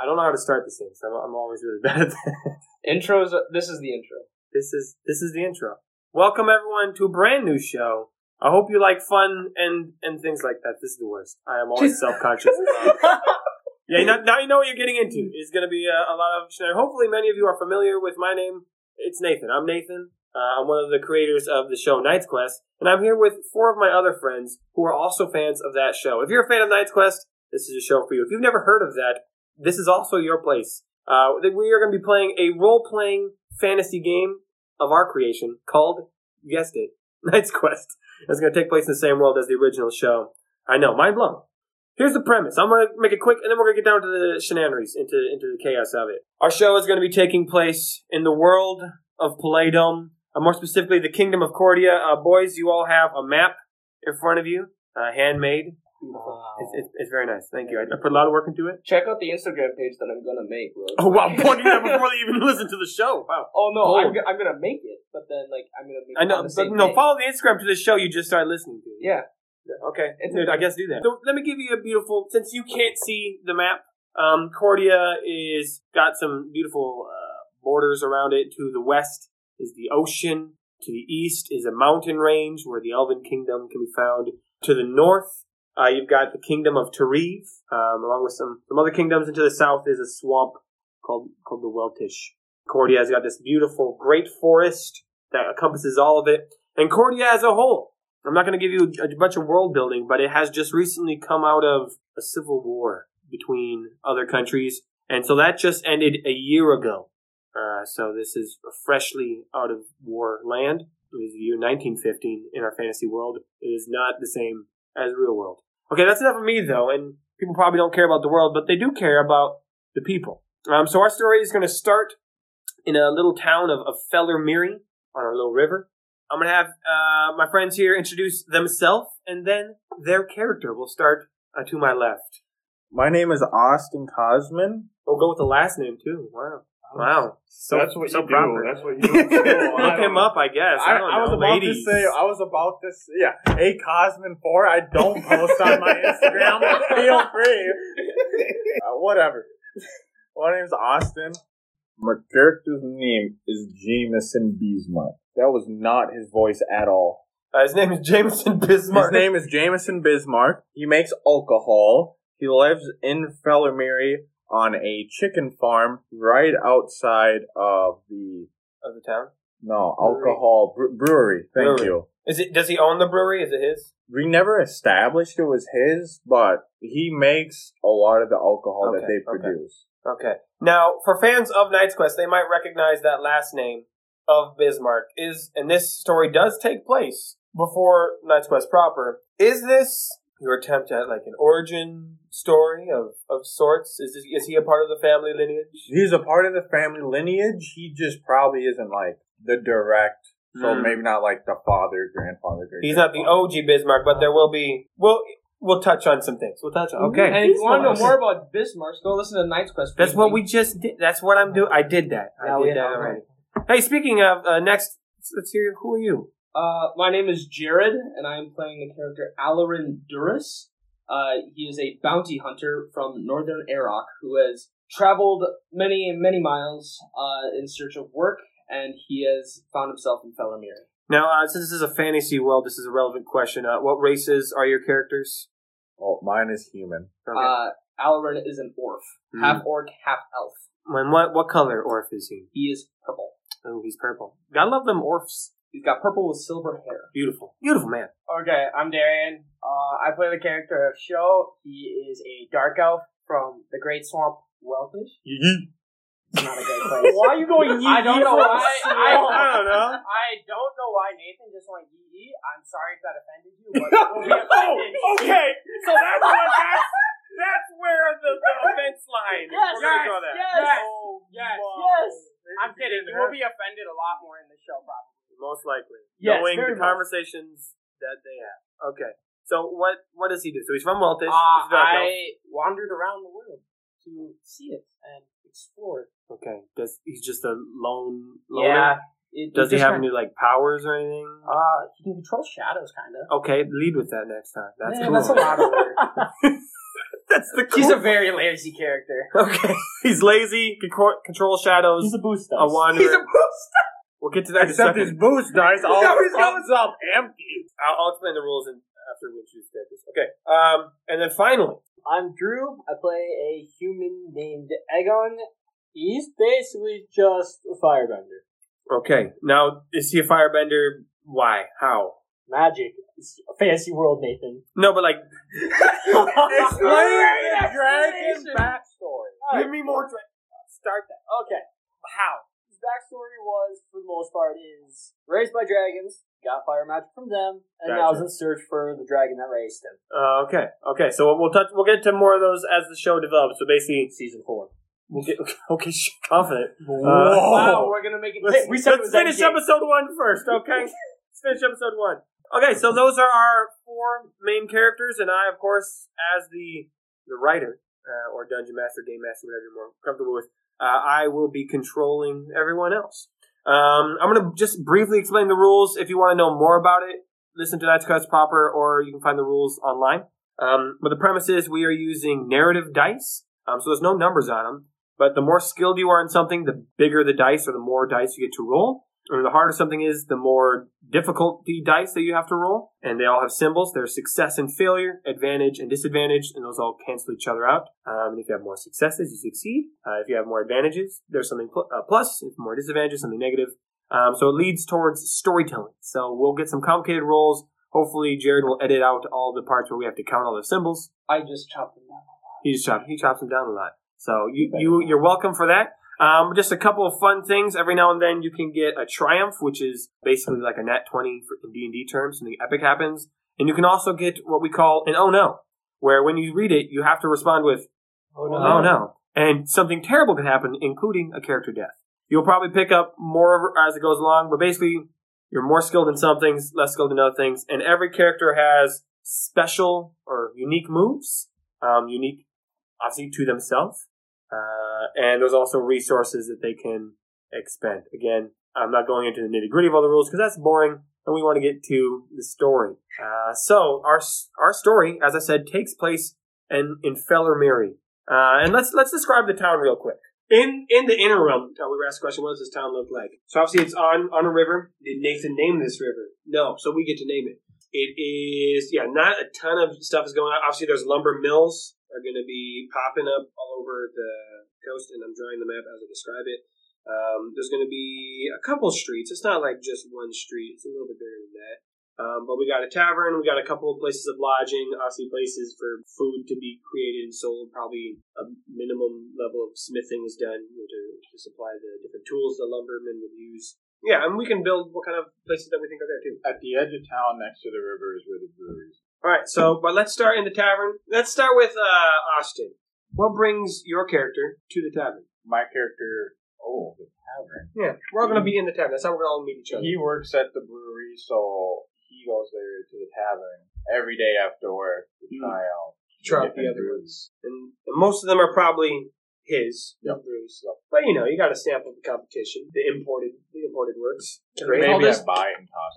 I don't know how to start these things. I'm, I'm always really bad at that. Intros. This is the intro. This is this is the intro. Welcome everyone to a brand new show. I hope you like fun and and things like that. This is the worst. I am always self conscious. yeah, now, now you know what you're getting into. It's going to be a, a lot of. Hopefully, many of you are familiar with my name. It's Nathan. I'm Nathan. Uh, I'm one of the creators of the show Night's Quest, and I'm here with four of my other friends who are also fans of that show. If you're a fan of Night's Quest, this is a show for you. If you've never heard of that, this is also your place. Uh, we are going to be playing a role playing fantasy game of our creation called, you guessed it, Night's Quest. It's going to take place in the same world as the original show. I know, mind blown. Here's the premise. I'm going to make it quick, and then we're going to get down to the shenanigans, into into the chaos of it. Our show is going to be taking place in the world of Paladom, uh, more specifically the Kingdom of Cordia. Uh, boys, you all have a map in front of you, uh, handmade. It's, it's, it's very nice. Thank you. I, I put a lot of work into it. Check out the Instagram page that I'm gonna make, bro. Oh wow, pointing that before they even listen to the show. Wow. Oh no, I'm, Bold. go- I'm gonna make it, but then like I'm gonna make. I it know, on the but same no. day. Follow the Instagram to the show you just started listening to. Yeah. Yeah, Okay. It's Dude, I guess do that. So let me give you a beautiful. Since you can't see the map, um, Cordia is got some beautiful uh, borders around it. To the west is the ocean. To the east is a mountain range where the Elven Kingdom can be found. To the north, uh, you've got the Kingdom of Tarif, um, along with some some other kingdoms. And to the south is a swamp called called the Weltish. Cordia has got this beautiful great forest that encompasses all of it, and Cordia as a whole I'm not going to give you a bunch of world building, but it has just recently come out of a civil war between other countries, and so that just ended a year ago. Uh, so this is a freshly out of war land. It was the year 1915 in our fantasy world. It is not the same as real world. Okay, that's enough of me though, and people probably don't care about the world, but they do care about the people. Um, so our story is going to start in a little town of, of Feller Miri on our little river. I'm gonna have uh, my friends here introduce themselves, and then their character will start uh, to my left. My name is Austin Cosman. We'll go with the last name too. Wow, wow, so that's what so you proper. do. That's what you do. Oh, I Look don't him up, I guess. I, I, don't I was know, about ladies. to say, I was about to say, yeah, a Cosman four. I don't post on my Instagram. Feel free. Uh, whatever. My name is Austin. My character's name is Jameson Bismarck. That was not his voice at all. uh, his name is Jameson His Bismarck. name is Jameson Bismarck. He makes alcohol. He lives in Fellermary on a chicken farm right outside of the of the town. No, Brewery. alcohol bre- brewery. Thank Brewery. you. Is it? Does he own the brewery? Is it his? We never established it was his, but he makes a lot of the alcohol that Okay, they okay. produce. Okay. Now, for fans of Knight's Quest, they might recognize that last name of Bismarck is, and this story does take place before Knight's Quest proper. Is this your attempt at like an origin story of of sorts? Is this, is he a part of the family lineage? He's a part of the family lineage. He just probably isn't like the direct, so Hmm. maybe not like the father, grandfather. Great He's not the OG Bismarck, but there will be. We'll we'll touch on some things. We'll touch on. Okay. And if you want to know more about Bismarck, go listen to Night's Quest. That's what we just did. That's what I'm doing. I did that. I Oh, Yeah, we did that know. already. Hey, speaking of uh, next, let's hear. Who are you? Uh, my name is Jared, and I am playing the character Alarin Duras. Uh, he is a bounty hunter from Northern Iraq who has traveled many, many miles uh, in search of work, and he has found himself in Felomir. Now, uh, since this is a fantasy world, this is a relevant question. Uh, what races are your characters? Oh, mine is human. Uh, Alarin is an orc, Hmm. half orc, half elf. and what what color orf is he? He is purple. Oh, he's purple. Gotta love them orfs. He's got purple with silver hair. Beautiful, beautiful man. Okay, I'm Darian. Uh, I play the character of Sho. He is a dark elf from the Great Swamp Weltish. It's not a great place. Why are you going? I don't know why. I, I don't know. I don't know why Nathan just went yee yee. I'm sorry if that offended you, but don't be offended. Oh, okay. So that's what that's, that's where the, the offense line. Yes, We're gonna draw that. yes, yes. Oh, Yes, whoa. yes. I'm kidding. You will be offended a lot more in the show, probably. Most likely. Yes, knowing very the much. conversations that they have. Okay. So what what does he do? So he's from Weltish. Uh, he's a dark elf. I wandered around the world to see it and explore. Okay. Does he's just a lone? Loner? Yeah. It, Does he just have kinda- any like powers or anything? Uh, he can control shadows, kind of. Okay, lead with that next time. Oh, That's Man, cool. That's a lot of work. That's the He's cool- a very lazy character. Okay. He's lazy, can cor- control shadows, He's a boost a dice. wanderer. He's a boost. we'll get to that in a Except second. his boost dice always always comes up empty. I'll, I'll explain the rules in, after we choose characters. Okay. Um, and then finally, I'm Drew. I play a human named Egon. He's basically just a firebender. okay. Now, is he a firebender? Why? How? Magic. It's a fantasy world, Nathan. No, but like, Explain the Great dragon explanation. backstory. All give me more. Dra- Start that. Okay. How? His backstory was, for the most part, is raised by dragons, got fire magic from them, and now is in search for the dragon that raised him. uh, okay. Okay. So we'll touch. We'll get to more of those as the show develops. So basically, Season four. we'll get okay. Shh, confident. Whoa. Wow, we're gonna make it. Uh, Let's, we said it let's was finish endgame. episode one first, okay? let's finish episode one. Okay, so those are our four main characters, and I, of course, as the the writer uh, or dungeon master, game master, whatever you're more comfortable with, uh, I will be controlling everyone else. Um, I'm going to just briefly explain the rules. If you want to know more about it, listen to Night's Cuts Proper, or you can find the rules online. Um, but the premise is we are using narrative dice, um, so there's no numbers on them. But the more skilled you are in something, the bigger the dice or the more dice you get to roll. Or the harder something is, the more difficult the dice that you have to roll. And they all have symbols. There's success and failure, advantage and disadvantage, and those all cancel each other out. Um, and if you have more successes, you succeed. Uh, if you have more advantages, there's something pl- uh, plus. If more disadvantages, something negative. Um, so it leads towards storytelling. So we'll get some complicated rolls. Hopefully, Jared will edit out all the parts where we have to count all the symbols. I just chopped him down. He just chops. He chops them down a lot. So you you you're welcome for that. Um, just a couple of fun things. Every now and then you can get a triumph, which is basically like a nat twenty for in D and D terms. Something epic happens, and you can also get what we call an oh no, where when you read it, you have to respond with Oh oh no, and something terrible can happen, including a character death. You'll probably pick up more as it goes along, but basically you're more skilled in some things, less skilled in other things, and every character has special or unique moves, um, unique obviously to themselves, uh, and there's also resources that they can expend. Again, I'm not going into the nitty gritty of all the rules because that's boring, and we want to get to the story. Uh, so our s- our story, as I said, takes place in in Fellermiri, uh, and let's let's describe the town real quick. In in the inner realm, uh, we were asked the question, what does this town look like? So obviously it's on on a river. Did Nathan name this river? No, so we get to name it. It is yeah, not a ton of stuff is going on. Obviously there's lumber mills are going to be popping up all over the coast, and I'm drawing the map as I describe it. Um, there's going to be a couple streets. It's not like just one street. It's a little bit bigger than that. Um, but we got a tavern, we got a couple of places of lodging, obviously places for food to be created and sold. Probably a minimum level of smithing is done you know, to, to supply the different tools the lumbermen would use. Yeah, and we can build what kind of places that we think are there too. At the edge of town, next to the river, is where the brewery is. All right, so but let's start in the tavern. Let's start with uh, Austin. What brings your character to the tavern? My character, oh, the tavern. Yeah, we're all going to be in the tavern. That's how we're going to all meet each other. He works at the brewery, so he goes there to the tavern every day after work to Hmm. try out. Try out the different other brews. and, and most of them are probably his Yep. brews. But you know, you got to stamp up the competition. The imported, the imported works. Great. Maybe All this- I buy it and toss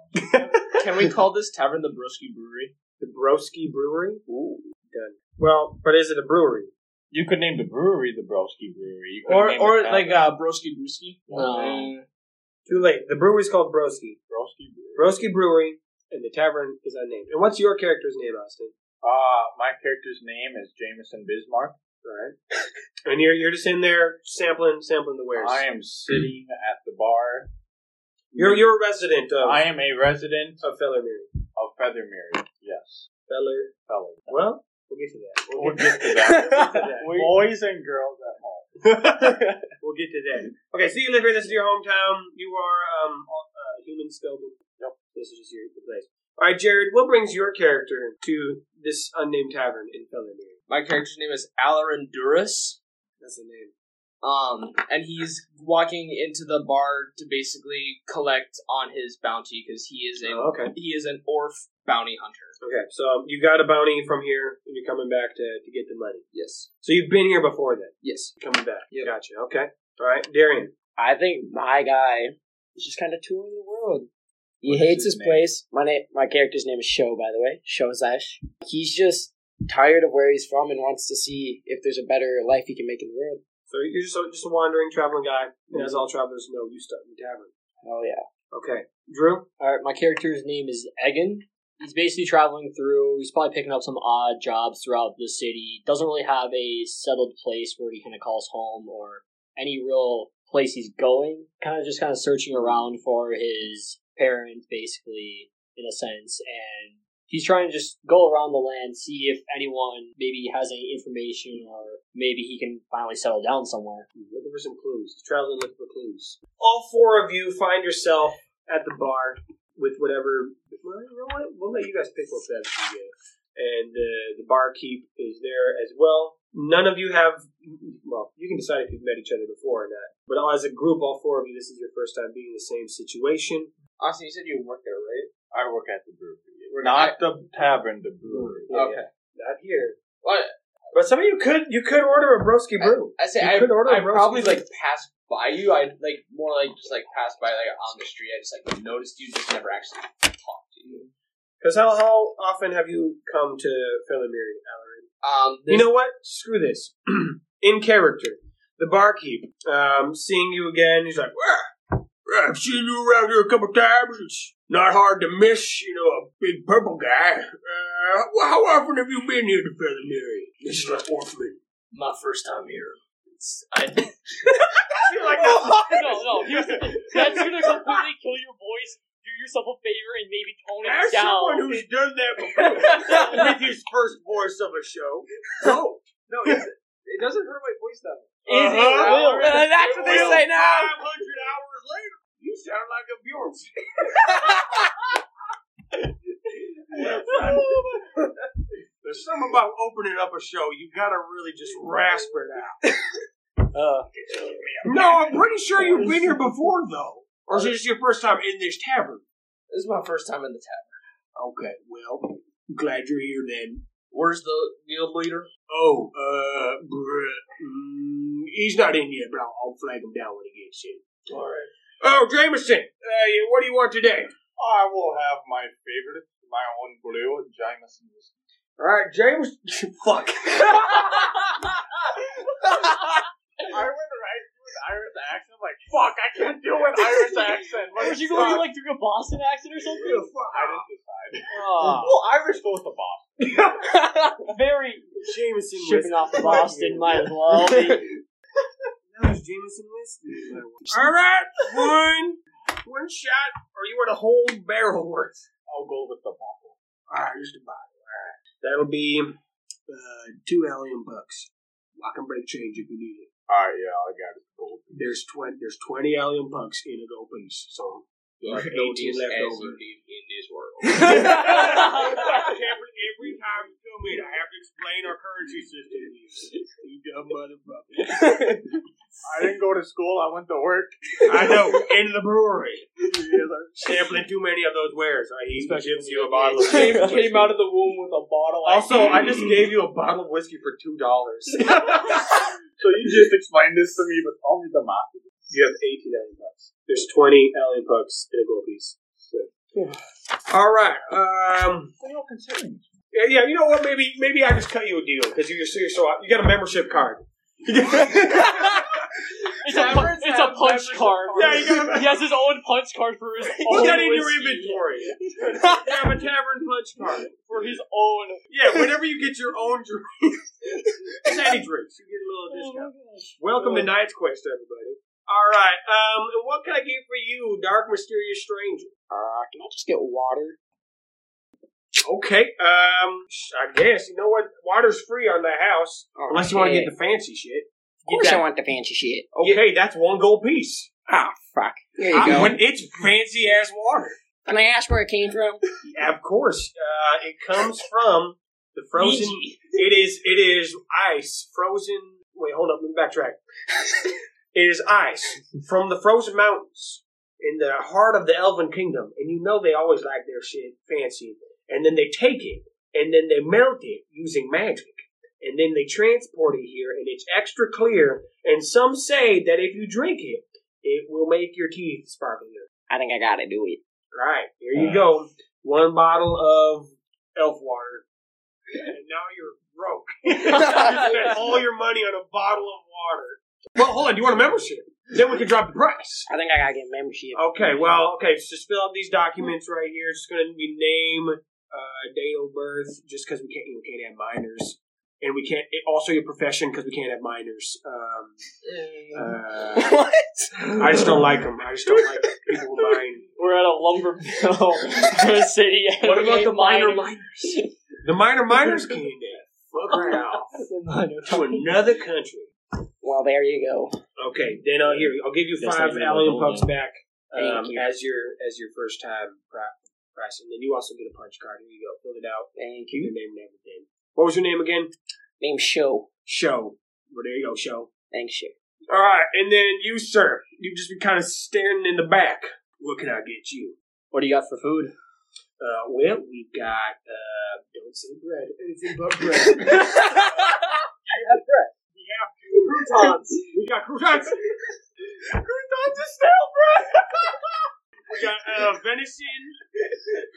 it. Can we call this tavern the Broski Brewery? The Broski Brewery. Ooh, done. Well, but is it a brewery? You could name the brewery the Broski Brewery. You could Or name or the like uh, tavern Broski Brewski? No. Uh, Too late. The brewery's called Broski. Broski Brewery. Broski Brewery, and the tavern is unnamed. And what's your character's name, Austin? Uh, my character's name is Jameson Bismarck. All right. and you're you're just in there sampling sampling the wares. I am sitting at the bar. You're you're a resident of I am a resident of Fellermere. of Feathermere. Yes, Feller. fellas. Well, we'll get to that. We'll We'll get to get to that. that. Boys and girls at home. We'll get to that. Okay, so you live here. This is your hometown. You are um all- uh, human spellbook. Nope, this is just your the place. All right, Jared. What brings your character to this unnamed tavern in Fellermere? my character's name is Alarin Duras. That's the name. Um, and he's walking into the bar to basically collect on his bounty because he is a Oh, okay. he is an orf bounty hunter. Okay, so um, you got a bounty from here, and you're coming back to to get the money. Yes, So you've been here before, then yes. coming back. Yep. Gotcha. Okay. All right, Darian. I think my guy is just kind of touring the world. He What is hates his his name? place. My name, my character's name is Show, by the way, Show Zesh. He's just tired of where he's from and wants to see if there's a better life he can make in the world. So you're just a, just a wandering traveling guy, and as all travelers know, you start in the tavern. Oh yeah. Okay, Drew. All right, my character's name is Egan. He's basically traveling through. He's probably picking up some odd jobs throughout the city. Doesn't really have a settled place where he kind of calls home or any real place he's going. Kind of just kind of searching around for his parents, basically, in a sense. And he's trying to just go around the land, see if anyone maybe has any information or maybe he can finally settle down somewhere. Looking for some clues. Traveling looking for clues. All four of you find yourself at the bar with whatever. Well, you know what? We'll let you guys pick what bets you get. And uh, the barkeep is there as well. None of you have. Well, you can decide if you've met each other before or not. But as a group, all four of you, this is your first time being in the same situation. Austin, you said you work there, right? I work at the brewery. Not the tavern, the brewery. okay. Not here. Well, But some of you could you could order a broski brew. I say You I, could order a I roast probably beef. like passed by you. I like more like just like passed by like on the street. I just like noticed you, just never actually talked to you. Because how, how often have you come to Felomir, Allery? Um, You know what? Screw this. In character, the barkeep, um, seeing you again, he's like, "Well, well, I've seen you around here a couple times. It's not hard to miss, you know, a big purple guy. Uh, well, how often have you been here to Felomir? This is like Orphan. my first time here. You're like, no, no. Here's the thing. That's gonna completely kill your voice. Do yourself a favor and maybe tone it As someone down. who's done that before with his first voice of a show. No, No, it's, it doesn't hurt my voice though. Is it Uh-huh. real? Uh, that's what they Will, say now. 500 hours later, you sound like a Bjorn. There's something about opening up a show, you gotta really just rasp it out. Uh, No, I'm pretty sure you've been here before, though. Or is this your first time in this tavern? This is my first time in the town. Okay, well, I'm glad you're here then. Where's the guild leader? Oh, uh, bruh, mm, he's not in yet, but I'll, I'll flag him down when he gets in. All right. Oh, Jameson, uh, you- what do you want today? I will have my favorite, my own blue, Jameson whiskey. All right, James. Fuck. I went right through an Irish accent, like, fuck, I can't do an Irish accent. What Was the you going fuck? like doing a Boston accent or something? I didn't decide. Oh, Well, Irish goes to Bob. very Jameson shipping off to Boston. Might as well. Be. That was Jameson whiskey. All right, one, one shot, or you want a whole barrel worth? I'll go with the bottle. All right, just a bottle. All right, that'll be uh, two alien bucks. I can break change if you need it. Alright, yeah, I got it. Gold. There's twenty. There's twenty alien bucks in a gold piece, so Like, eighteen left as over. you need in this world. every, every time you come in, I have to explain our currency system to you. You dumb motherfucker. I didn't go to school, I went to work. I know, in the brewery. Sampling too many of those wares. I he gives you a bottle of Came, came out of the womb with a bottle. Also, I Mm. just gave you a bottle of whiskey for $2. you So you just explained this to me, but tell me the math. have 18 alien bucks. There's 20 alien bucks in a gold piece. All right. Um, What are y'all considering? yeah, yeah, you know what? Maybe maybe I just cut you a deal because you're, you're so you got a membership card. It's a, pu- it's a punch card. Yeah, you got a, He has his own punch card for his Put own that in your whiskey, inventory. you have a tavern punch card. for his own. Yeah, whenever you get your own drink, any drinks, you get a little discount. Welcome to Night's Quest, everybody. All right. Um, and what can I get for you, dark, mysterious stranger? Uh, can I just get water? Okay. Um, I guess you know what? Water's free on the house, Oh, unless you want to shit. get the fancy shit. Of course that. I want the fancy shit. Okay, that's one gold piece. Ah, fuck. Here you I- go. when- it's fancy ass water. Can I ask where it came from? Yeah, of course. Uh, it comes from the frozen. It is. It is ice frozen. Wait, hold up. Let me backtrack. it is ice from the frozen mountains in the heart of the Elven Kingdom, and you know they always like their shit fancy. And then they take it, and then they melt it using magic, and then they transport it here, and it's extra clear. And some say that if you drink it, it will make your teeth sparklier. I think I gotta do it. Right. Here you go. One bottle of elf water. and now you're broke. you spent all your money on a bottle of water. Well, hold on. Do you want a membership? Then we can drop the price. I think I gotta get membership. Uh, Okay, well, okay, so just fill out these documents right here. It's going to be name, uh, date of birth, just because we can't, you can't have minors. And we can't, it, also your profession, because we can't have minors. Um, uh, Mm. what? I just don't like them. I just don't like people buying. We're at a lumber mill for a city. and What we about hate the minor mining. miners? The minor miners came to fuck right off to another country. Well, there you go. Okay, then I'll here. I'll give you That's five not even Allium a pucks back um, Thank you. as your as your first time pri- price, and then you also get a punch card. Here you go, fill it out. Thank Keep your name and everything. What was your name again? Name Show. Show. Well, there you go, Show. Thanks, Show. All right, and then you, sir, you've just been kind of staring in the back. What can I get you? What do you got for food? Uh, well, we've got uh, don't say bread, anything but bread. croutons. We got croutons. croutons is stale bread. we got uh, venison,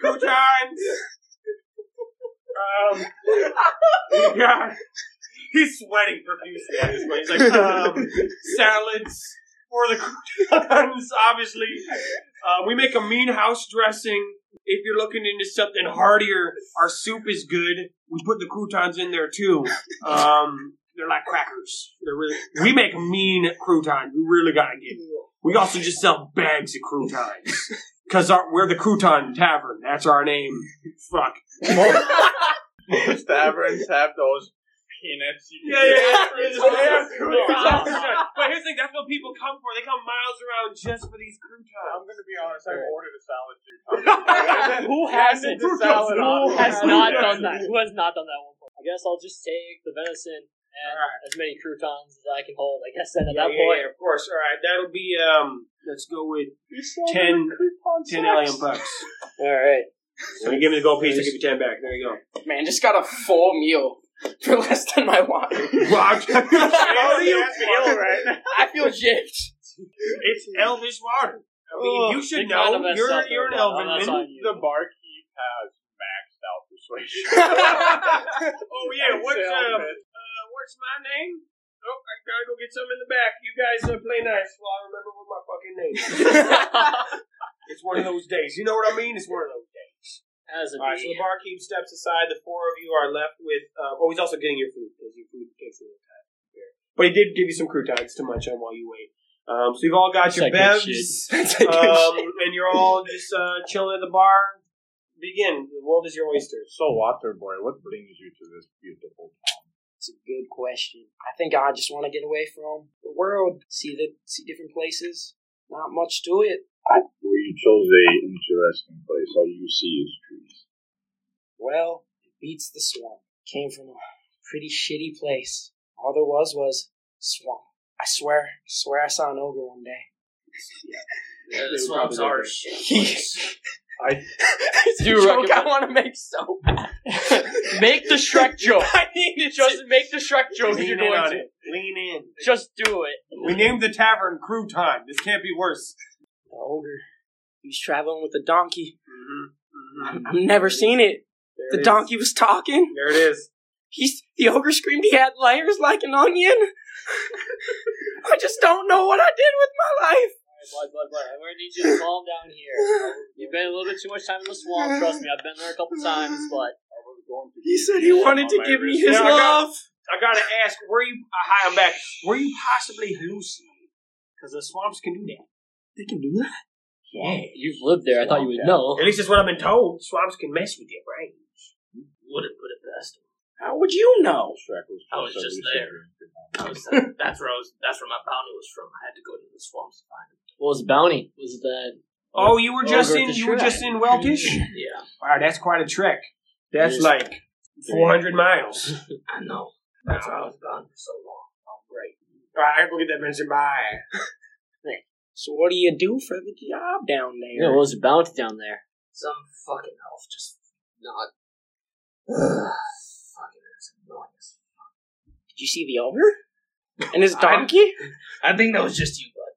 croutons. Um, we got. He's sweating profusely at this point. He's like, um, salads for the croutons, obviously. Uh, we make a mean house dressing. If you're looking into something heartier, our soup is good. We put the croutons in there too. Um, they're like crackers. They're really we make mean croutons. You really gotta get. it. We also just sell bags of croutons because we're the crouton tavern. That's our name. Fuck. Most, most taverns have those peanuts. You Yeah, yeah, yeah. yeah. croutons. But here's the thing. That's what people come for. They come miles around just for these croutons. I'm gonna be honest. I ordered a salad. Who hasn't? The salad on Who has it. not done that? Who has not done that one? Before? I guess I'll just take the venison and Alright. as many croutons as I can hold. I guess then at Yeah, that yeah, point, yeah, of course. All right, that'll be um. Let's go with ten, ten alien bucks. All right. So you give me the gold piece, I give you ten back. There you go. Man, just got a full meal for less than my water. Rob, how do you feel? right now? I feel gypped. It's elvish water. I mean, Ugh, you should they kinda know. messed You're up you're an there, but that's elven. on you. The barkeep has maxed out persuasion. oh yeah, what's uh, Salad. uh, what's my name? Oh, I gotta go get some in the back. You guys uh, play nice while I remember what my fucking name is. it's one of those days. You know what I mean? It's one of those days. as a All right, so the barkeep steps aside. The four of you are left with. Uh, oh, he's also getting your food because your food takes a little time. to prepare. But he did give you some croutons to munch on while you wait. Um, so you've all got your That's like good bevs, um, and you're all just uh, chilling at the bar. Begin. The world is your oyster. So, water boy, what brings you to this beautiful It's a good question. I think I just want to get away from the world, see the see different places. Not much to it. Well, you chose a interesting place. All you see is trees. Well, it beats the swamp. Came from a pretty shitty place. All there was was swamp. I swear, swear I saw an ogre one day. Yeah, the swamp's ours. I- it's Do a joke I recommend- want to make so bad. make the Shrek joke. I need to Just make the Shrek joke. if Lean You're in going on to. it. Lean in. Just do it. We named the tavern Crouton. This can't be worse. The ogre. He was traveling with a donkey. Mm-hmm. I've never seen it. The donkey was talking. There it is. He's the ogre screamed he had layers like an onion. I just don't know what I did with my life. Blood, blood, blood. I'm gonna need you to calm down here. You've been a little bit too much time in the swamp. Trust me, I've been there a couple times, but He said he wanted to give me his Now I got- love. I gotta ask, were you? I high back. Were you possibly hallucinating? Because the swamps can do that. They can do that. you've lived there. I thought you would know. At least that's what I've been told. Swamps can mess with your brain. Would have put it best. How would you know? I was just there. What was the bounty? Was that Oh, you were just Ogre in. the You were Shrek. just in Welkish. yeah? Wow, that's quite a trek. That's Yes. like four hundred miles. I know. That's why I was gone for so long. Oh, great. All right, I gotta go get that mentioned by. So what do you do for the job down there? Yeah, what was the bounty down there? Some fucking elf just not. fucking it's annoying as Did you see the ogre? And his donkey? fuck. I think that was just you, bud.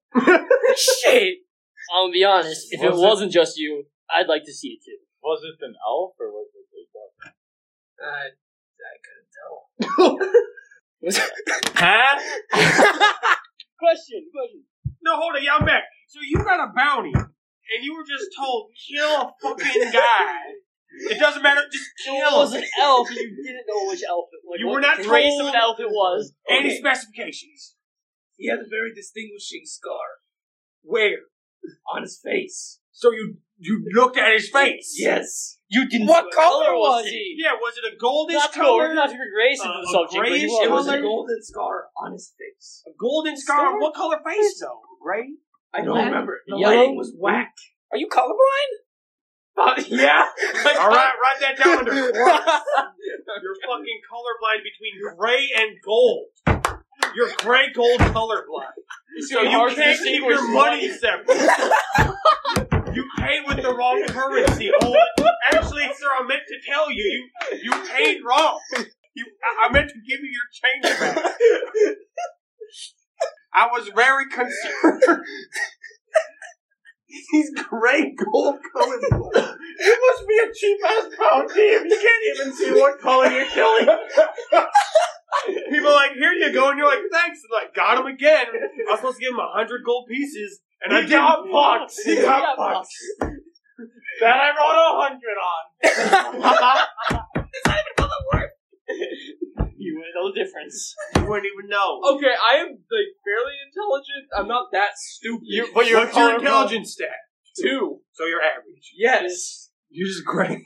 Shit. I'm gonna be honest. If it Was it- wasn't just you, I'd like to see it too. Was it an elf or was it a Uh, duck? Huh? question, question. No, hold it, y'all back. So you got a bounty, and you were just told kill a fucking guy. It doesn't matter, just So it kill was him. an elf, and you didn't know which elf it was. Oh. You were not race told- of an elf it was. Any specifications? He had a very distinguishing scar Where? on his face. So you you looked at his face. Yes. You didn't. What see color was he? Yeah. Was it a goldish Not to go, color? we're not to regress Uh, into the a subject. but he grayish It was a color? golden scar on his face. A golden scar. Scar? What color face though? Gray. I don't Black? remember. The Yellow? lighting was whack. Are you colorblind? yeah. All right, write that down under quartz. You're fucking colorblind between gray and gold. You're gray gold colorblind. So you hard to can't keep distinguish your money separate. You paid with the wrong currency. Oh, actually, sir, I meant to tell you, you you paid wrong. You, I- I meant to give you your change back. I was very concerned. He's gray gold colorblind. It must be a cheap ass bounty if you can't even see what color you're killing. People are like, here you go, and you're like, thanks. And like, got him again. I was supposed to give him a hundred gold pieces, and I got bucks. He got bucks. That I rolled a hundred on. You would know the difference. You wouldn't even know. Oh, Okay, I am like fairly intelligent. I'm not that stupid. You- but your What's What's your your intelligence stat? Two. So you're average. Yes. You're just great.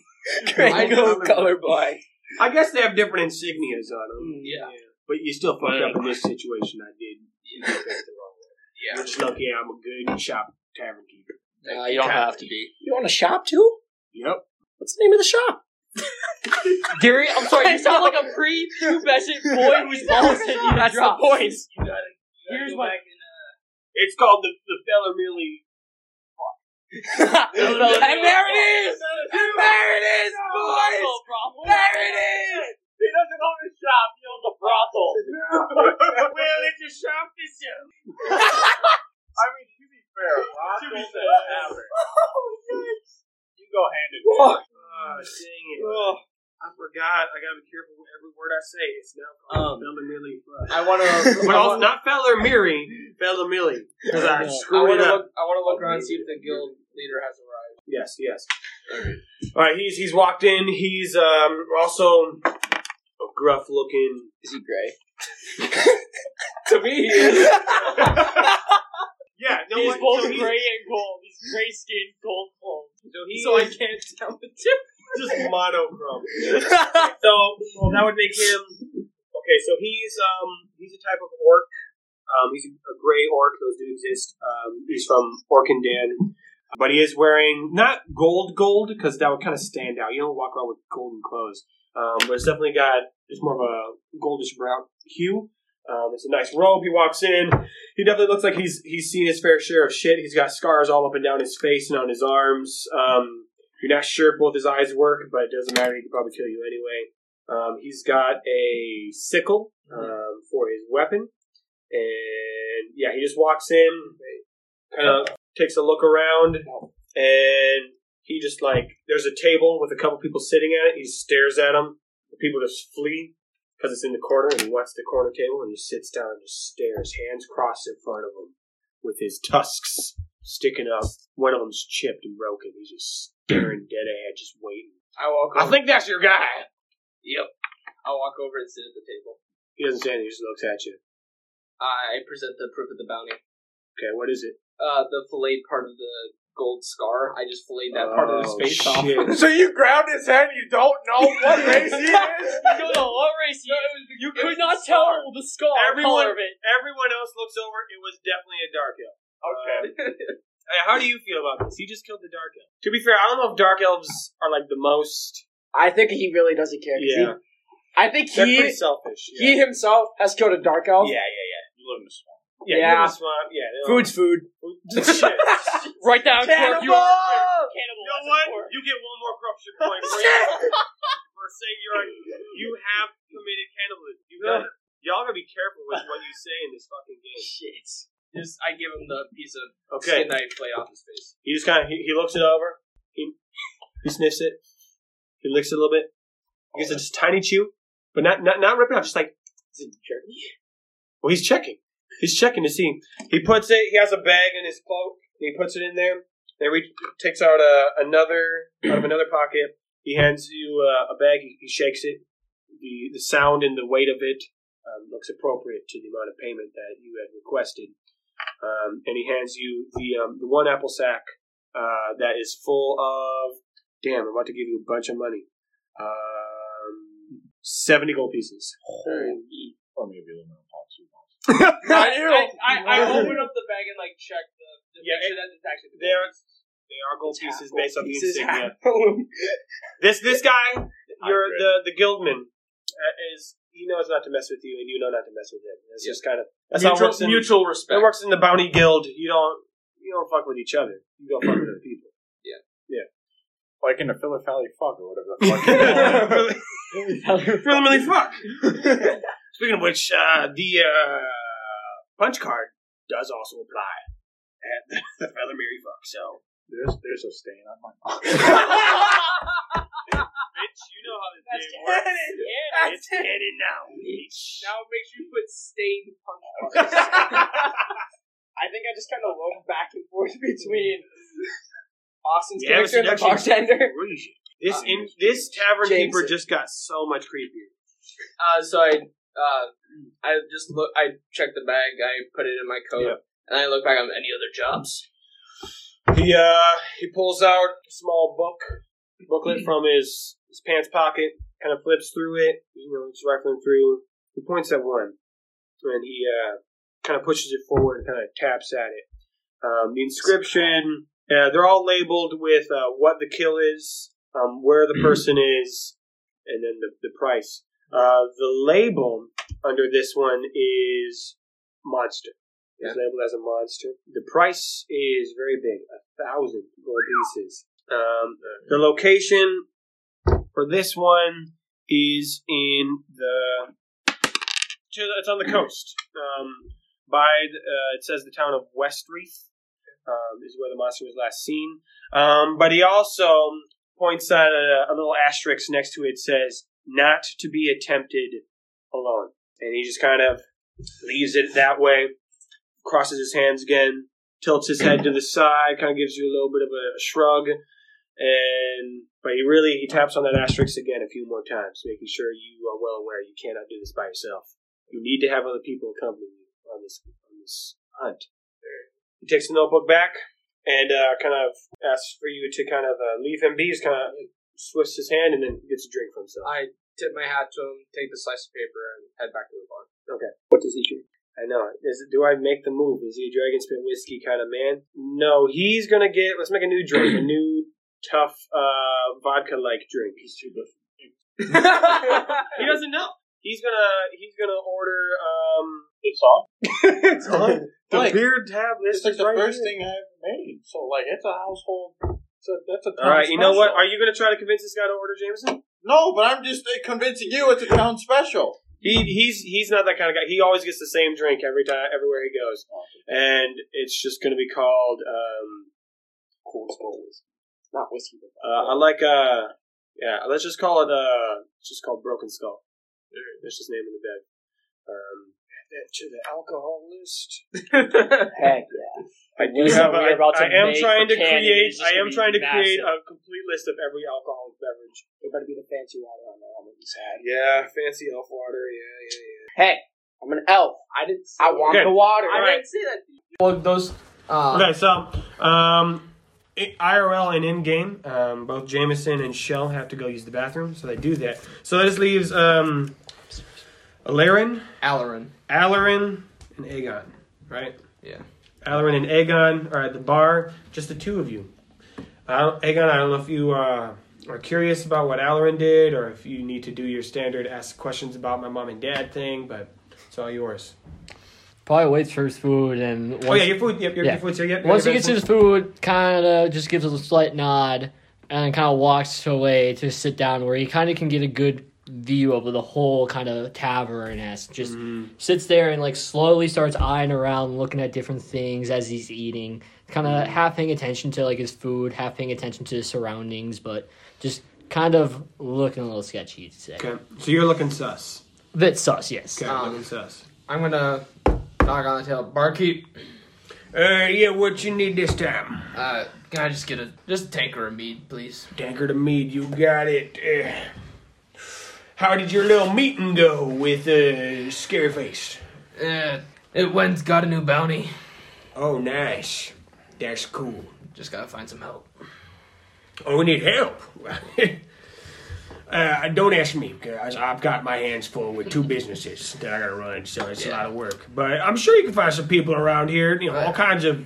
I know colorblind. I guess they have different insignias on Hmm, them. Yeah. But you still fucked up in this situation. I did. You did that the wrong way. Yeah. You're just lucky I'm a good shop tavern keeper. No, you don't have to be. You own a shop too? Yep. What's the name of the shop? Gary, I'm sorry, you sound like a pre-pubescent boy whose balls hit you to That's drop. the point. You gotta, you Here's Here's what- what. It's called the the Feller Millie. And there it is. And there it is, boys. There it is. He doesn't own a shop. He owns a brothel. well, it's a shop to sell. I mean, to be fair, To Rocco be and fair. Average. You go hand in hand. Oh, dang it. I forgot. I gotta be careful with every word I say. It's now Um, called Feller Millie. I want to. But also not Feller Miri, Feller Millie. Because I screwed it up. I want to look around and see if the guild leader has arrived. Yes, yes. All right, he's he's walked in. He's um also a gruff looking. Is he gray? to me, he is. Yeah, no He's one- both so he's gray and gold. He's gray skin, gold clothes. so he so I is can't tell the difference. just monochrome. so well, that would make him okay. So he's um he's a type of orc. Um, he's a gray orc. Those do exist. Um, he's from Orkandan, but he is wearing not gold gold because that would kind of stand out. You don't walk around with golden clothes. Um, but it's definitely got it's more of a goldish brown hue. Um, it's a nice robe. He walks in. He definitely looks like he's he's seen his fair share of shit. He's got scars all up and down his face and on his arms. Um, you're not sure if both his eyes work, but it doesn't matter. He could probably kill you anyway. Um, he's got a sickle um, for his weapon, and yeah, he just walks in, kind of takes a look around, and he just like there's a table with a couple people sitting at it. He stares at them. The people just flee because it's in the corner, and he wants the corner table, and he sits down and just stares, hands crossed in front of him, with his tusks sticking up. One of them's chipped and broken. He's just staring dead ahead, just waiting. I walk. I Over, think that's your guy. Yep. I walk over and sit at the table. He doesn't say anything. He just looks at you. I present the proof of the bounty. Okay, what is it? Uh, the filleted part of the gold scar. I just filleted that part of his Oh, face shit. off. So you ground his head, you don't know what race he is? You don't know what race he is. You could not tell the scar Everyone- color of it. Everyone else looks over. It was definitely a dark elf. Okay. how do you feel about this? He just killed the dark elf. To be fair, I don't know if dark elves are like the most. I think he really doesn't care. 'cause he- Yeah, I think they're he pretty selfish. Yeah, he himself has killed a dark elf. yeah, yeah. yeah. You live in the swamp. Yeah, Yeah. You live in the swamp. Yeah, they don't- Food's food. Shit. Right down, Corp. You are Oh! You know what? You get one more corruption point for, for saying you're a, you have committed cannibalism. You've done it. Y'all gotta be careful with what you say in this fucking game. Shit. Just I give him the piece of Okay. skin that I played off his face. He just kind of he, he looks it over. He he sniffs it. He licks it a little bit. He gives it just a tiny chew. but not not not ripping off. Just like Is it jerky? well, he's checking. He's checking to see. He puts it. He has a bag in his cloak. And he puts it in there. Then he takes out a, another out of another pocket. He hands you uh, a bag. He, he shakes it. The the sound and the weight of it um, looks appropriate to the amount of payment that you had requested. Um, and he hands you the um, the one apple sack uh, that is full of. Damn, I'm about to give you a bunch of money. Um, Seventy gold pieces. Or maybe aluminum pots. who knows? Not you. I, I, I open up the bag and like check the, the Yeah, picture that it's actually They are they are gold It's half pieces gold based on the pieces, insignia. half gold. This this guy, your Hybrid. the the guildman, uh, is he knows not to mess with you, and you know not to mess with him. That's just kind of that's how it works. mutual, mutual In, respect. That works in the bounty guild. You don't you don't fuck with each other. You go fuck with other people. Like in a Philip Valley fuck or whatever the fuck. it's called. really, really fuck. Speaking of which, uh, the uh, punch card does also apply at the Feather Mary fuck. So there's there's a stain on my. bitch, you know how this That's game works. canon. It's canon now, bitch. Now it makes you put stained punch cards. I think I just kind of looked back and forth between Austin's Yeah, it was character and the seduction. bartender. This in this tavern Jameson. keeper just got so much creepier. Uh, so I, uh, I just look. I check the bag. I put it in my coat, Yeah. and I look back on any other jobs. He uh he pulls out a small book booklet from his his pants pocket, kind of flips through it, you know, he's rifling through. He points at one, and he uh kind of pushes it forward and kind of taps at it. Um, the inscription, uh, they're all labeled with uh, what the kill is, um, where the person is, and then the, the price. Uh, the label under this one is monster. It's labeled as a monster. The price is very big, a thousand gold pieces. Um, the location for this one is in the. to- It's on the coast. Um, by the, uh, it says the town of Westreath um, is where the monster was last seen. Um, but he also points out a, a little asterisk next to it says not to be attempted alone, and he just kind of leaves it that way crosses his hands again, tilts his head to the side, kind of gives you a little bit of a shrug, and but he really he taps on that asterisk again a few more times, making sure you are well aware you cannot do this by yourself. You need to have other people accompany you on this on this hunt. He takes the notebook back and uh, kind of asks for you to kind of uh, leave him be. He's kind of swifts his hand and then gets a drink for himself. I tip my hat to him, take the slice of paper, and head back to the bar. What does he drink? I know. Is do I make the move? Is he a dragon spit whiskey kind of man? No, he's gonna get. Let's make a new drink, a new tough uh, vodka like drink. He's too good. he doesn't know. He's gonna he's gonna order. Um, It's on. it's on the Like, beard tab It's list. is like the right first here. thing I've made, so like it's a household. It's a, that's a. Town All right, you know what? special. Are you gonna try to convince this guy to order Jameson? no, but I'm just uh, convincing you it's a town special. He he's he's not that kind of guy. He always gets the same drink every time, everywhere he goes, and it's just gonna be called. Um, Cool stories. Not whiskey. but- Uh, I like uh yeah, let's just call it uh it's just called Broken Skull. That's just name of the bed. Um Add To the alcohol list. Heck I do Listen, have a, we are about to I, I am make trying to for canning create is just I gonna am be trying to create massive. a complete list of every alcoholic beverage. There better be the fancy water on there. I'm gonna be sad. Yeah, fancy elf water, yeah, yeah, yeah. I'm an elf. I didn't. See I want Okay. the water. I Alright. didn't see that. Well, those. Uh, Okay, so um, i- IRL and in game, um, both Jameson and Shell have to go use the bathroom, so they do that. So this leaves um, Alarin, Alarin. Alarin, and Aegon, right? Yeah. Alarin and Aegon are at the bar, just the two of you. I don't, Aegon, I don't know if you uh, are curious about what Alarin did or if you need to do your standard ask questions about my mom and dad thing, but it's all yours. Probably waits for his food, and once, oh, yeah, your food, yep, your, yeah. your food's here. Yep, once he your gets medicine. his food, kind of just gives us a slight nod, and then kind of walks away to sit down where he kind of can get a good view of the whole kind of tavern as just Mm-hmm. sits there and like slowly starts eyeing around, looking at different things as he's eating, Mm-hmm. kind of half paying attention to like his food, half paying attention to his surroundings, but just kind of looking a little sketchy, you'd say. Okay, so you're looking sus. A bit sus, yes. Okay, Um, looking sus. I'm gonna knock on the tail. Barkeep, Uh, yeah, what you need this time? uh, can I just get a just a tanker of mead, please? Tankard of mead, you got it. Uh, how did your little meeting go with uh, Scareface? Uh, it went got a new bounty. Oh, nice. That's cool. Just gotta find some help. Oh, we need help. uh, don't ask me because I've got my hands full with two businesses that I gotta run, so it's a Yeah. lot of work. But I'm sure you can find some people around here. You know, all Right. kinds of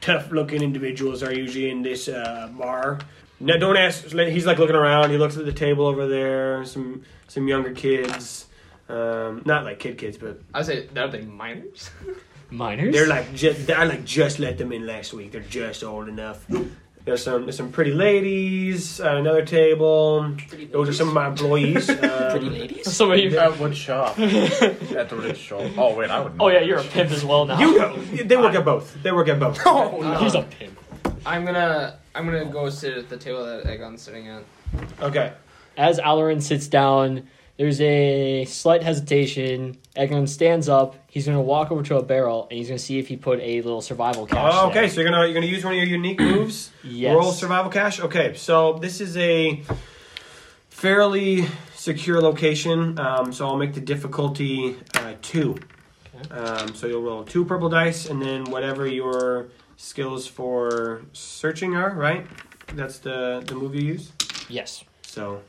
tough-looking individuals are usually in this uh, bar. No, don't ask. He's like looking around. He looks at the table over there. Some some younger kids. Um, not like kid kids, but I say that they minors. Minors? they're like just I like just let them in last week. They're just old enough. There's some there's some pretty ladies at another table. Those are some of my employees. Pretty Um, ladies. Some of you. At what shop? At the rich shop. Oh wait, I would. Know oh, yeah, you're a pimp as well now. you know, they work at both. They work at both. He's a pimp. I'm gonna I'm gonna go sit at the table that Egon's sitting at. Okay. As Alarin sits down, there's a slight hesitation. Eglin stands up. He's going to walk over to a barrel and he's going to see if he put a little survival cache. Oh, there. okay. So you're gonna you're gonna use one of your unique moves. Yes. Roll survival cache. Okay. So this is a fairly secure location. Um, so I'll make the difficulty uh, two. Um, so you'll roll two purple dice, and then whatever your skills for searching are. Right. That's the the move you use. Yes. So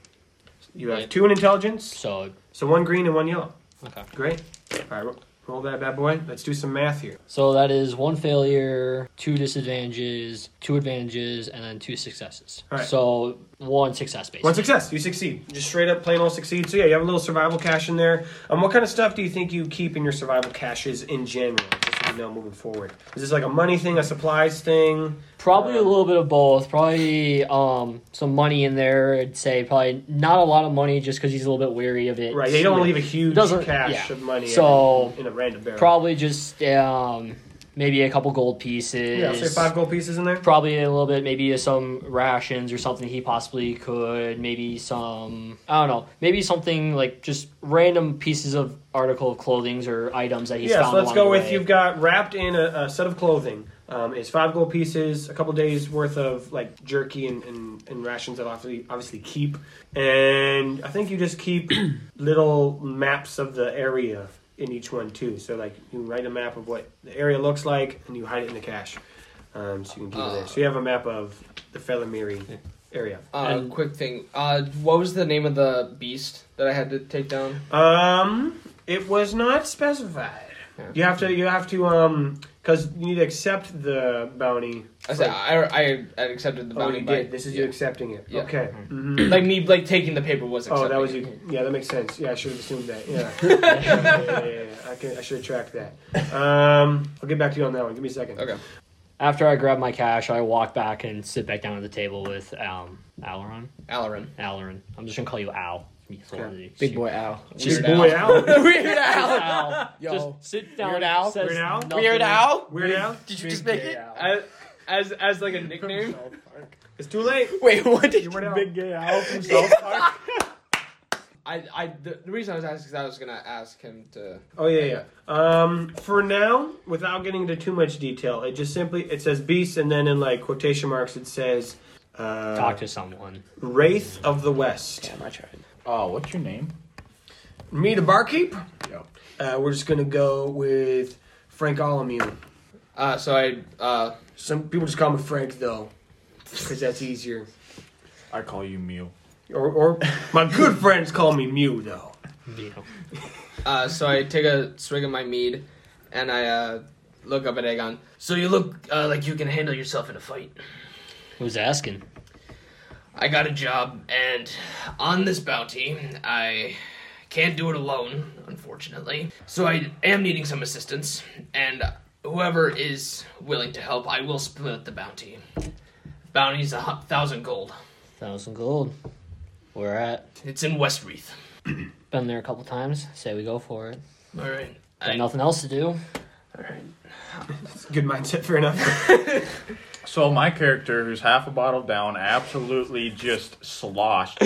you have Right. two in intelligence. So, So one green and one yellow. okay. Great. All right. ro- Roll that bad boy. Let's do some math here. So that is one failure, two disadvantages, two advantages, and then two successes. All right. So one success basically. One success, you succeed. Just straight up plain old succeed. So yeah, you have a little survival cache in there. Um, what kind of stuff do you think you keep in your survival caches in general? Just so we know moving forward. Is this like a money thing, a supplies thing? Probably a little bit of both. Probably um some money in there. I'd say probably not a lot of money just because he's a little bit weary of it. Right. Yeah, you don't want to leave a It huge doesn't- cache yeah. of money. So- in, in a random barrel. Probably just um maybe a couple gold pieces. Yeah, say five gold pieces in there. Probably a little bit, maybe some rations or something he possibly could. Maybe some, I don't know, maybe something like just random pieces of article of clothing or items that he's yeah, found. so let's along go the with way. you've got wrapped in a, a set of clothing. Um, is five gold pieces, a couple days worth of like jerky and, and, and rations that obviously obviously keep, and I think you just keep little maps of the area in each one too. So like you write a map of what the area looks like, and you hide it in the cache, um, so you can keep Uh. it there. So you have a map of the Felomiri area. Uh, And- quick thing. Uh, what was the name of the beast that I had to take down? Um, it was not specified. You have to you have to um because you need to accept the bounty I said I, I, I accepted the Oh, bounty. you by- did. This is you yeah. accepting it. Yeah. Okay. Mm-hmm. like me like taking the paper was. Oh, that was accepting you. Yeah, that makes sense. Yeah, I should have assumed that. Yeah. yeah, yeah, yeah, yeah. I, could, I should have tracked that. Um, I'll get back to you on that one. Give me a second. it. Okay. After I grab my cash, I walk back and sit back down at the table with um, Alaron. Alarin. Alarin. I'm just gonna call you Al. It's a little Okay. easy. Big boy Al. Just Weird boy out. Weird Al. Al. Yo. Just sit down. Weird Al? says Weird Al? nothing. Weird Al. Weird out. Did you just make it? As, as as like a nickname. It's too late. Wait, what did you? You're Weird out. Big gay owl from South Park. I I the, the reason I was asking is I was gonna ask him to. Oh yeah, yeah. Um, for now, without getting into too much detail, it just simply it says beast, and then in like quotation marks it says uh, Talk to someone. Wraith of the West. Damn, I tried. Oh, what's your name? Me, the barkeep. Yep. Uh, we're just gonna go with Frank Olemieux. Uh, so I uh Some people just call me Frank though, because that's easier. I call you Mew. Or, or my good friends call me Mew though. You know. uh so I take a swig of my mead, and I uh look up at Aegon. So you look uh, like you can handle yourself in a fight. Who's asking? I got a job, and on this bounty, I can't do it alone, unfortunately. So I am needing some assistance, and whoever is willing to help, I will split the bounty. Bounty's a hu- thousand gold. Thousand gold. We're at. It's in Westreath. Been there a couple times. Say we go for it. All right. Got I- nothing else to do. It's a good mindset, fair enough. So my character, who's half a bottle down, absolutely just sloshed to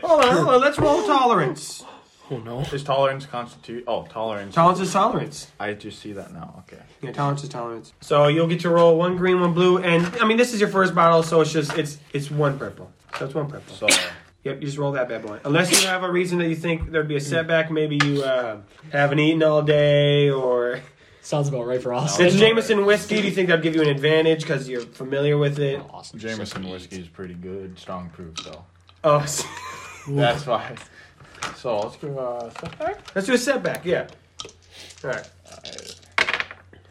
Hold on, hold on. Let's roll tolerance. Oh no. Does tolerance constitute? Oh, tolerance. Tolerance is tolerance. I just see that now. Okay. Yeah, tolerance is tolerance. So you'll get to roll one green, one blue, and I mean this is your first bottle, so it's just it's it's one purple. So it's one purple. So Yep, you just roll that bad boy. Unless you have a reason that you think there'd be a setback, maybe you uh, haven't eaten all day, or Sounds about right for us. No. it's Jameson whiskey. Do you think that'd give you an advantage because you're familiar with it? Awesome. Jameson whiskey is pretty good, strong proof though. Oh, That's why. So let's give uh, setback. let's do a setback. Yeah. All right.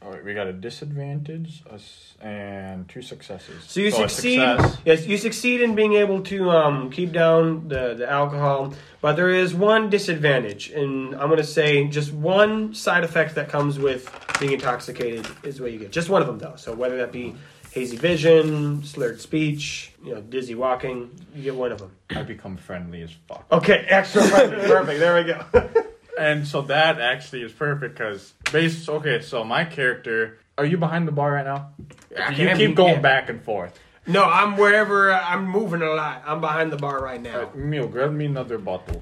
All right, we got a disadvantage us and two successes. So you a succeed. success. Yes, you succeed in being able to um, keep down the, the alcohol, but there is one disadvantage, and I'm gonna say just one side effect that comes with being intoxicated is what you get. Just one of them though. So whether that be hazy vision, slurred speech, you know, dizzy walking, you get one of them. I become friendly as fuck. Okay, extra perfect. perfect. There we go. And so that actually is perfect because based. Okay, so my character. Are you behind the bar right now? you can be, keep going yeah. back and forth. No, I'm wherever. I'm moving a lot. I'm behind the bar right Uh, now. Mio, grab me another bottle.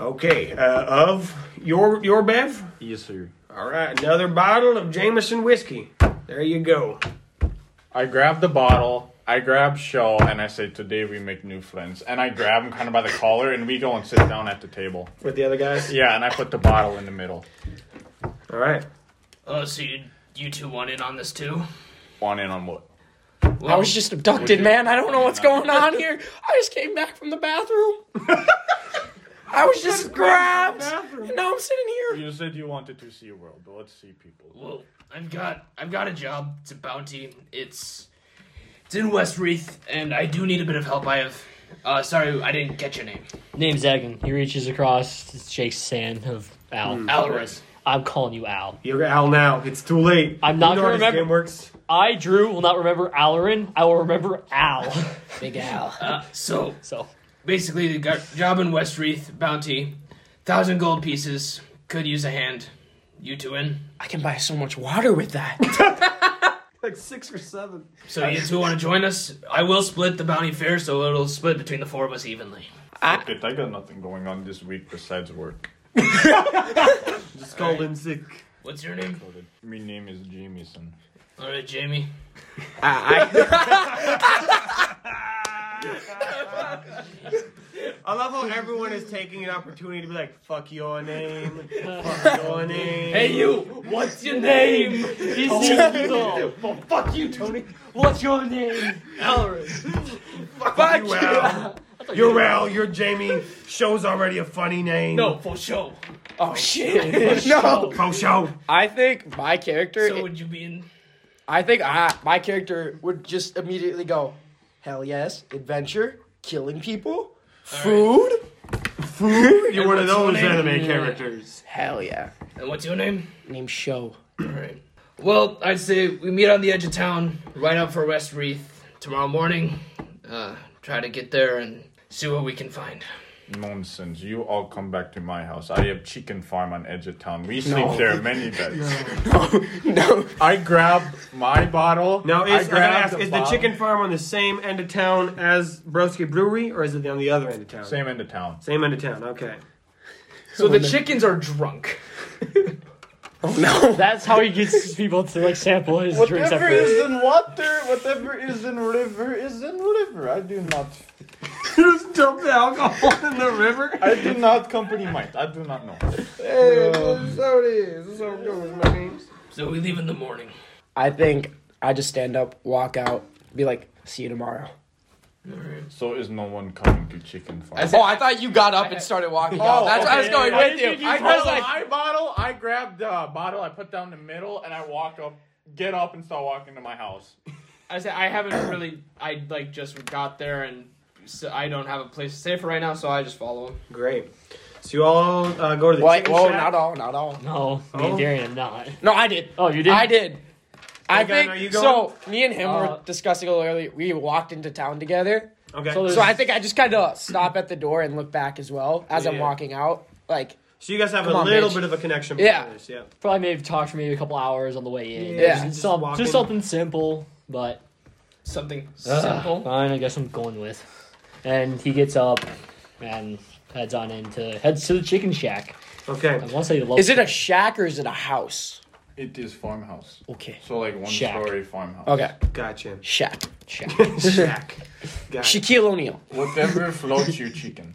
Okay, uh, of your your bev. Yes, sir. All right, another bottle of Jameson whiskey. There you go. I grab the bottle. I grab Shaw and I say, "Today we make new friends." And I grab him kind of by the collar, and we go and sit down at the table. With the other guys. Yeah, and I put the bottle in the middle. All right. Oh, so you, you two want in on this too? One in on what? Well, I was just abducted, man. I don't know what's going on here. I just came back from the bathroom. I was just grabbed. And now I'm sitting here. You said you wanted to see a world, but let's see people. Well, I've got I've got a job. It's a bounty. It's it's in West Wreath, and I do need a bit of help. I have. Uh, sorry, I didn't get your name. Name's Egan. He reaches across, shakes sand of Al. Hmm. Alvarez. I'm calling you Al. You're Al now. It's too late. I'm not you know gonna how remember- This game works. I, Drew, will not remember Alarin. I will remember Al. Big Al. Uh, so So, basically, the got job in West Wreath, bounty, thousand gold pieces. Could use a hand. You two in. I can buy so much water with that. Like six or seven. So you two want to join us? I will split the bounty fair, so it'll split between the four of us evenly. Shit, I got nothing going on this week besides work. Just called in sick. What's your name? My name is Jamieson. All right, Jamie. I love how everyone is taking an opportunity to be like, "Fuck your name, fuck your name." Hey, you. What's your name? Ezekiel, well, fuck you, Tony. what's your name? Alarin. Fuck you, Al. You're Al. You're Jamie. Show's already a funny name. No, for sure. oh shit! no, pro show. I think my character. So would you be in? I think I, my character would just immediately go, "Hell yes, adventure, killing people, food, food. You're one of what's your those name? anime characters. Hell yeah." And what's your name? Name show. Alright. Well, I'd say we meet on the edge of town, right out for West Wreath tomorrow morning. Uh, try to get there and see what we can find. Nonsense. You all come back to my house. I have chicken farm on edge of town. We sleep there many beds. No, I grab my bottle. Now, I is, I gotta grab ask, is the bottle- chicken farm on the same end of town as Broski Brewery, or is it on the other end of town? same end of town? Same end of town. Okay. So the chickens are drunk. That's how he gets people to like sample his drinks Whatever after. is in water, whatever is in river, is in river. I do not. You just dumped the alcohol in the river. I do not company might. I do not know. so it is. That's what I'm doing with my names. So we leave in the morning. I think I just stand up, walk out, be like, "See you tomorrow." So is no one coming to chicken farm? Oh, I thought you got up and started walking out. That's why I was going with you. I was like, my bottle. I grabbed the bottle. I put down the middle, and I walk up, get up, and start walking to my house. I said I haven't really. I like just got there and so I don't have a place to stay for right now, so I just follow him. Great. So you all uh, go to the "Wait, chicken whoa, shack. not all, not all." No, me Oh. and Darian am not. No, I did. Oh, you did? I did. I Egon, think are you so. Me and him Uh, were discussing a little earlier. We walked into town together, Okay. So So, there's- so I think I just kind of stop at the door and look back as well as I'm Yeah. walking out. Like, you guys have a Come on, little bitch. bit of a connection. Yeah. between us, yeah. Probably may have talked for maybe a couple hours on the way in. Yeah. Just, Just some- walking. just something simple, but Something Ugh, simple. Fine, I guess I'm going with. And he gets up and heads on into heads to the chicken shack. Okay. I want to say love. Is it a shack or is it a house? It is farmhouse. Okay. So like one Shack. story farmhouse. Okay. Gotcha. Shack. Shack. Shack. Shaquille O'Neal. Whatever floats your chicken.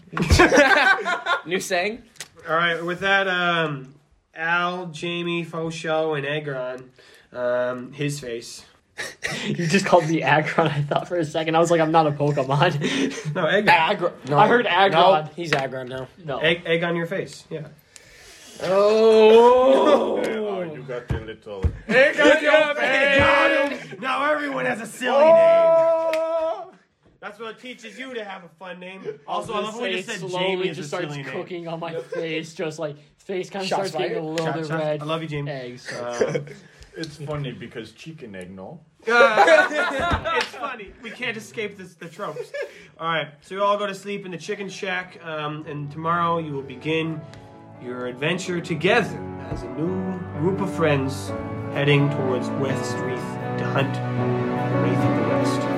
New saying? All right, with that, um, Al, Jamie, Fosho, and Agron, um, his face. you just called me Agron. I thought for a second. I was like, I'm not a Pokemon. No, Agron. No. I heard Agron. No, he's Agron now. No. Egg, egg on your face, yeah. Oh. Oh, you got the little. Now everyone has a silly name. That's what teaches you to have a fun name. Also, I love when you Face said slowly Jamie is a just starts silly name. cooking on my face. Just like face kind of Shots starts getting a fired. little Shots- bit shots- red. I love you, Jamie. Eggs. Um, It's funny because chicken egg, no? Uh, it's funny. We can't escape this, the tropes. All right, so you all go to sleep in the chicken shack, um, and tomorrow you will begin your adventure together as a new group of friends heading towards West Reef to hunt the Wraith of the West.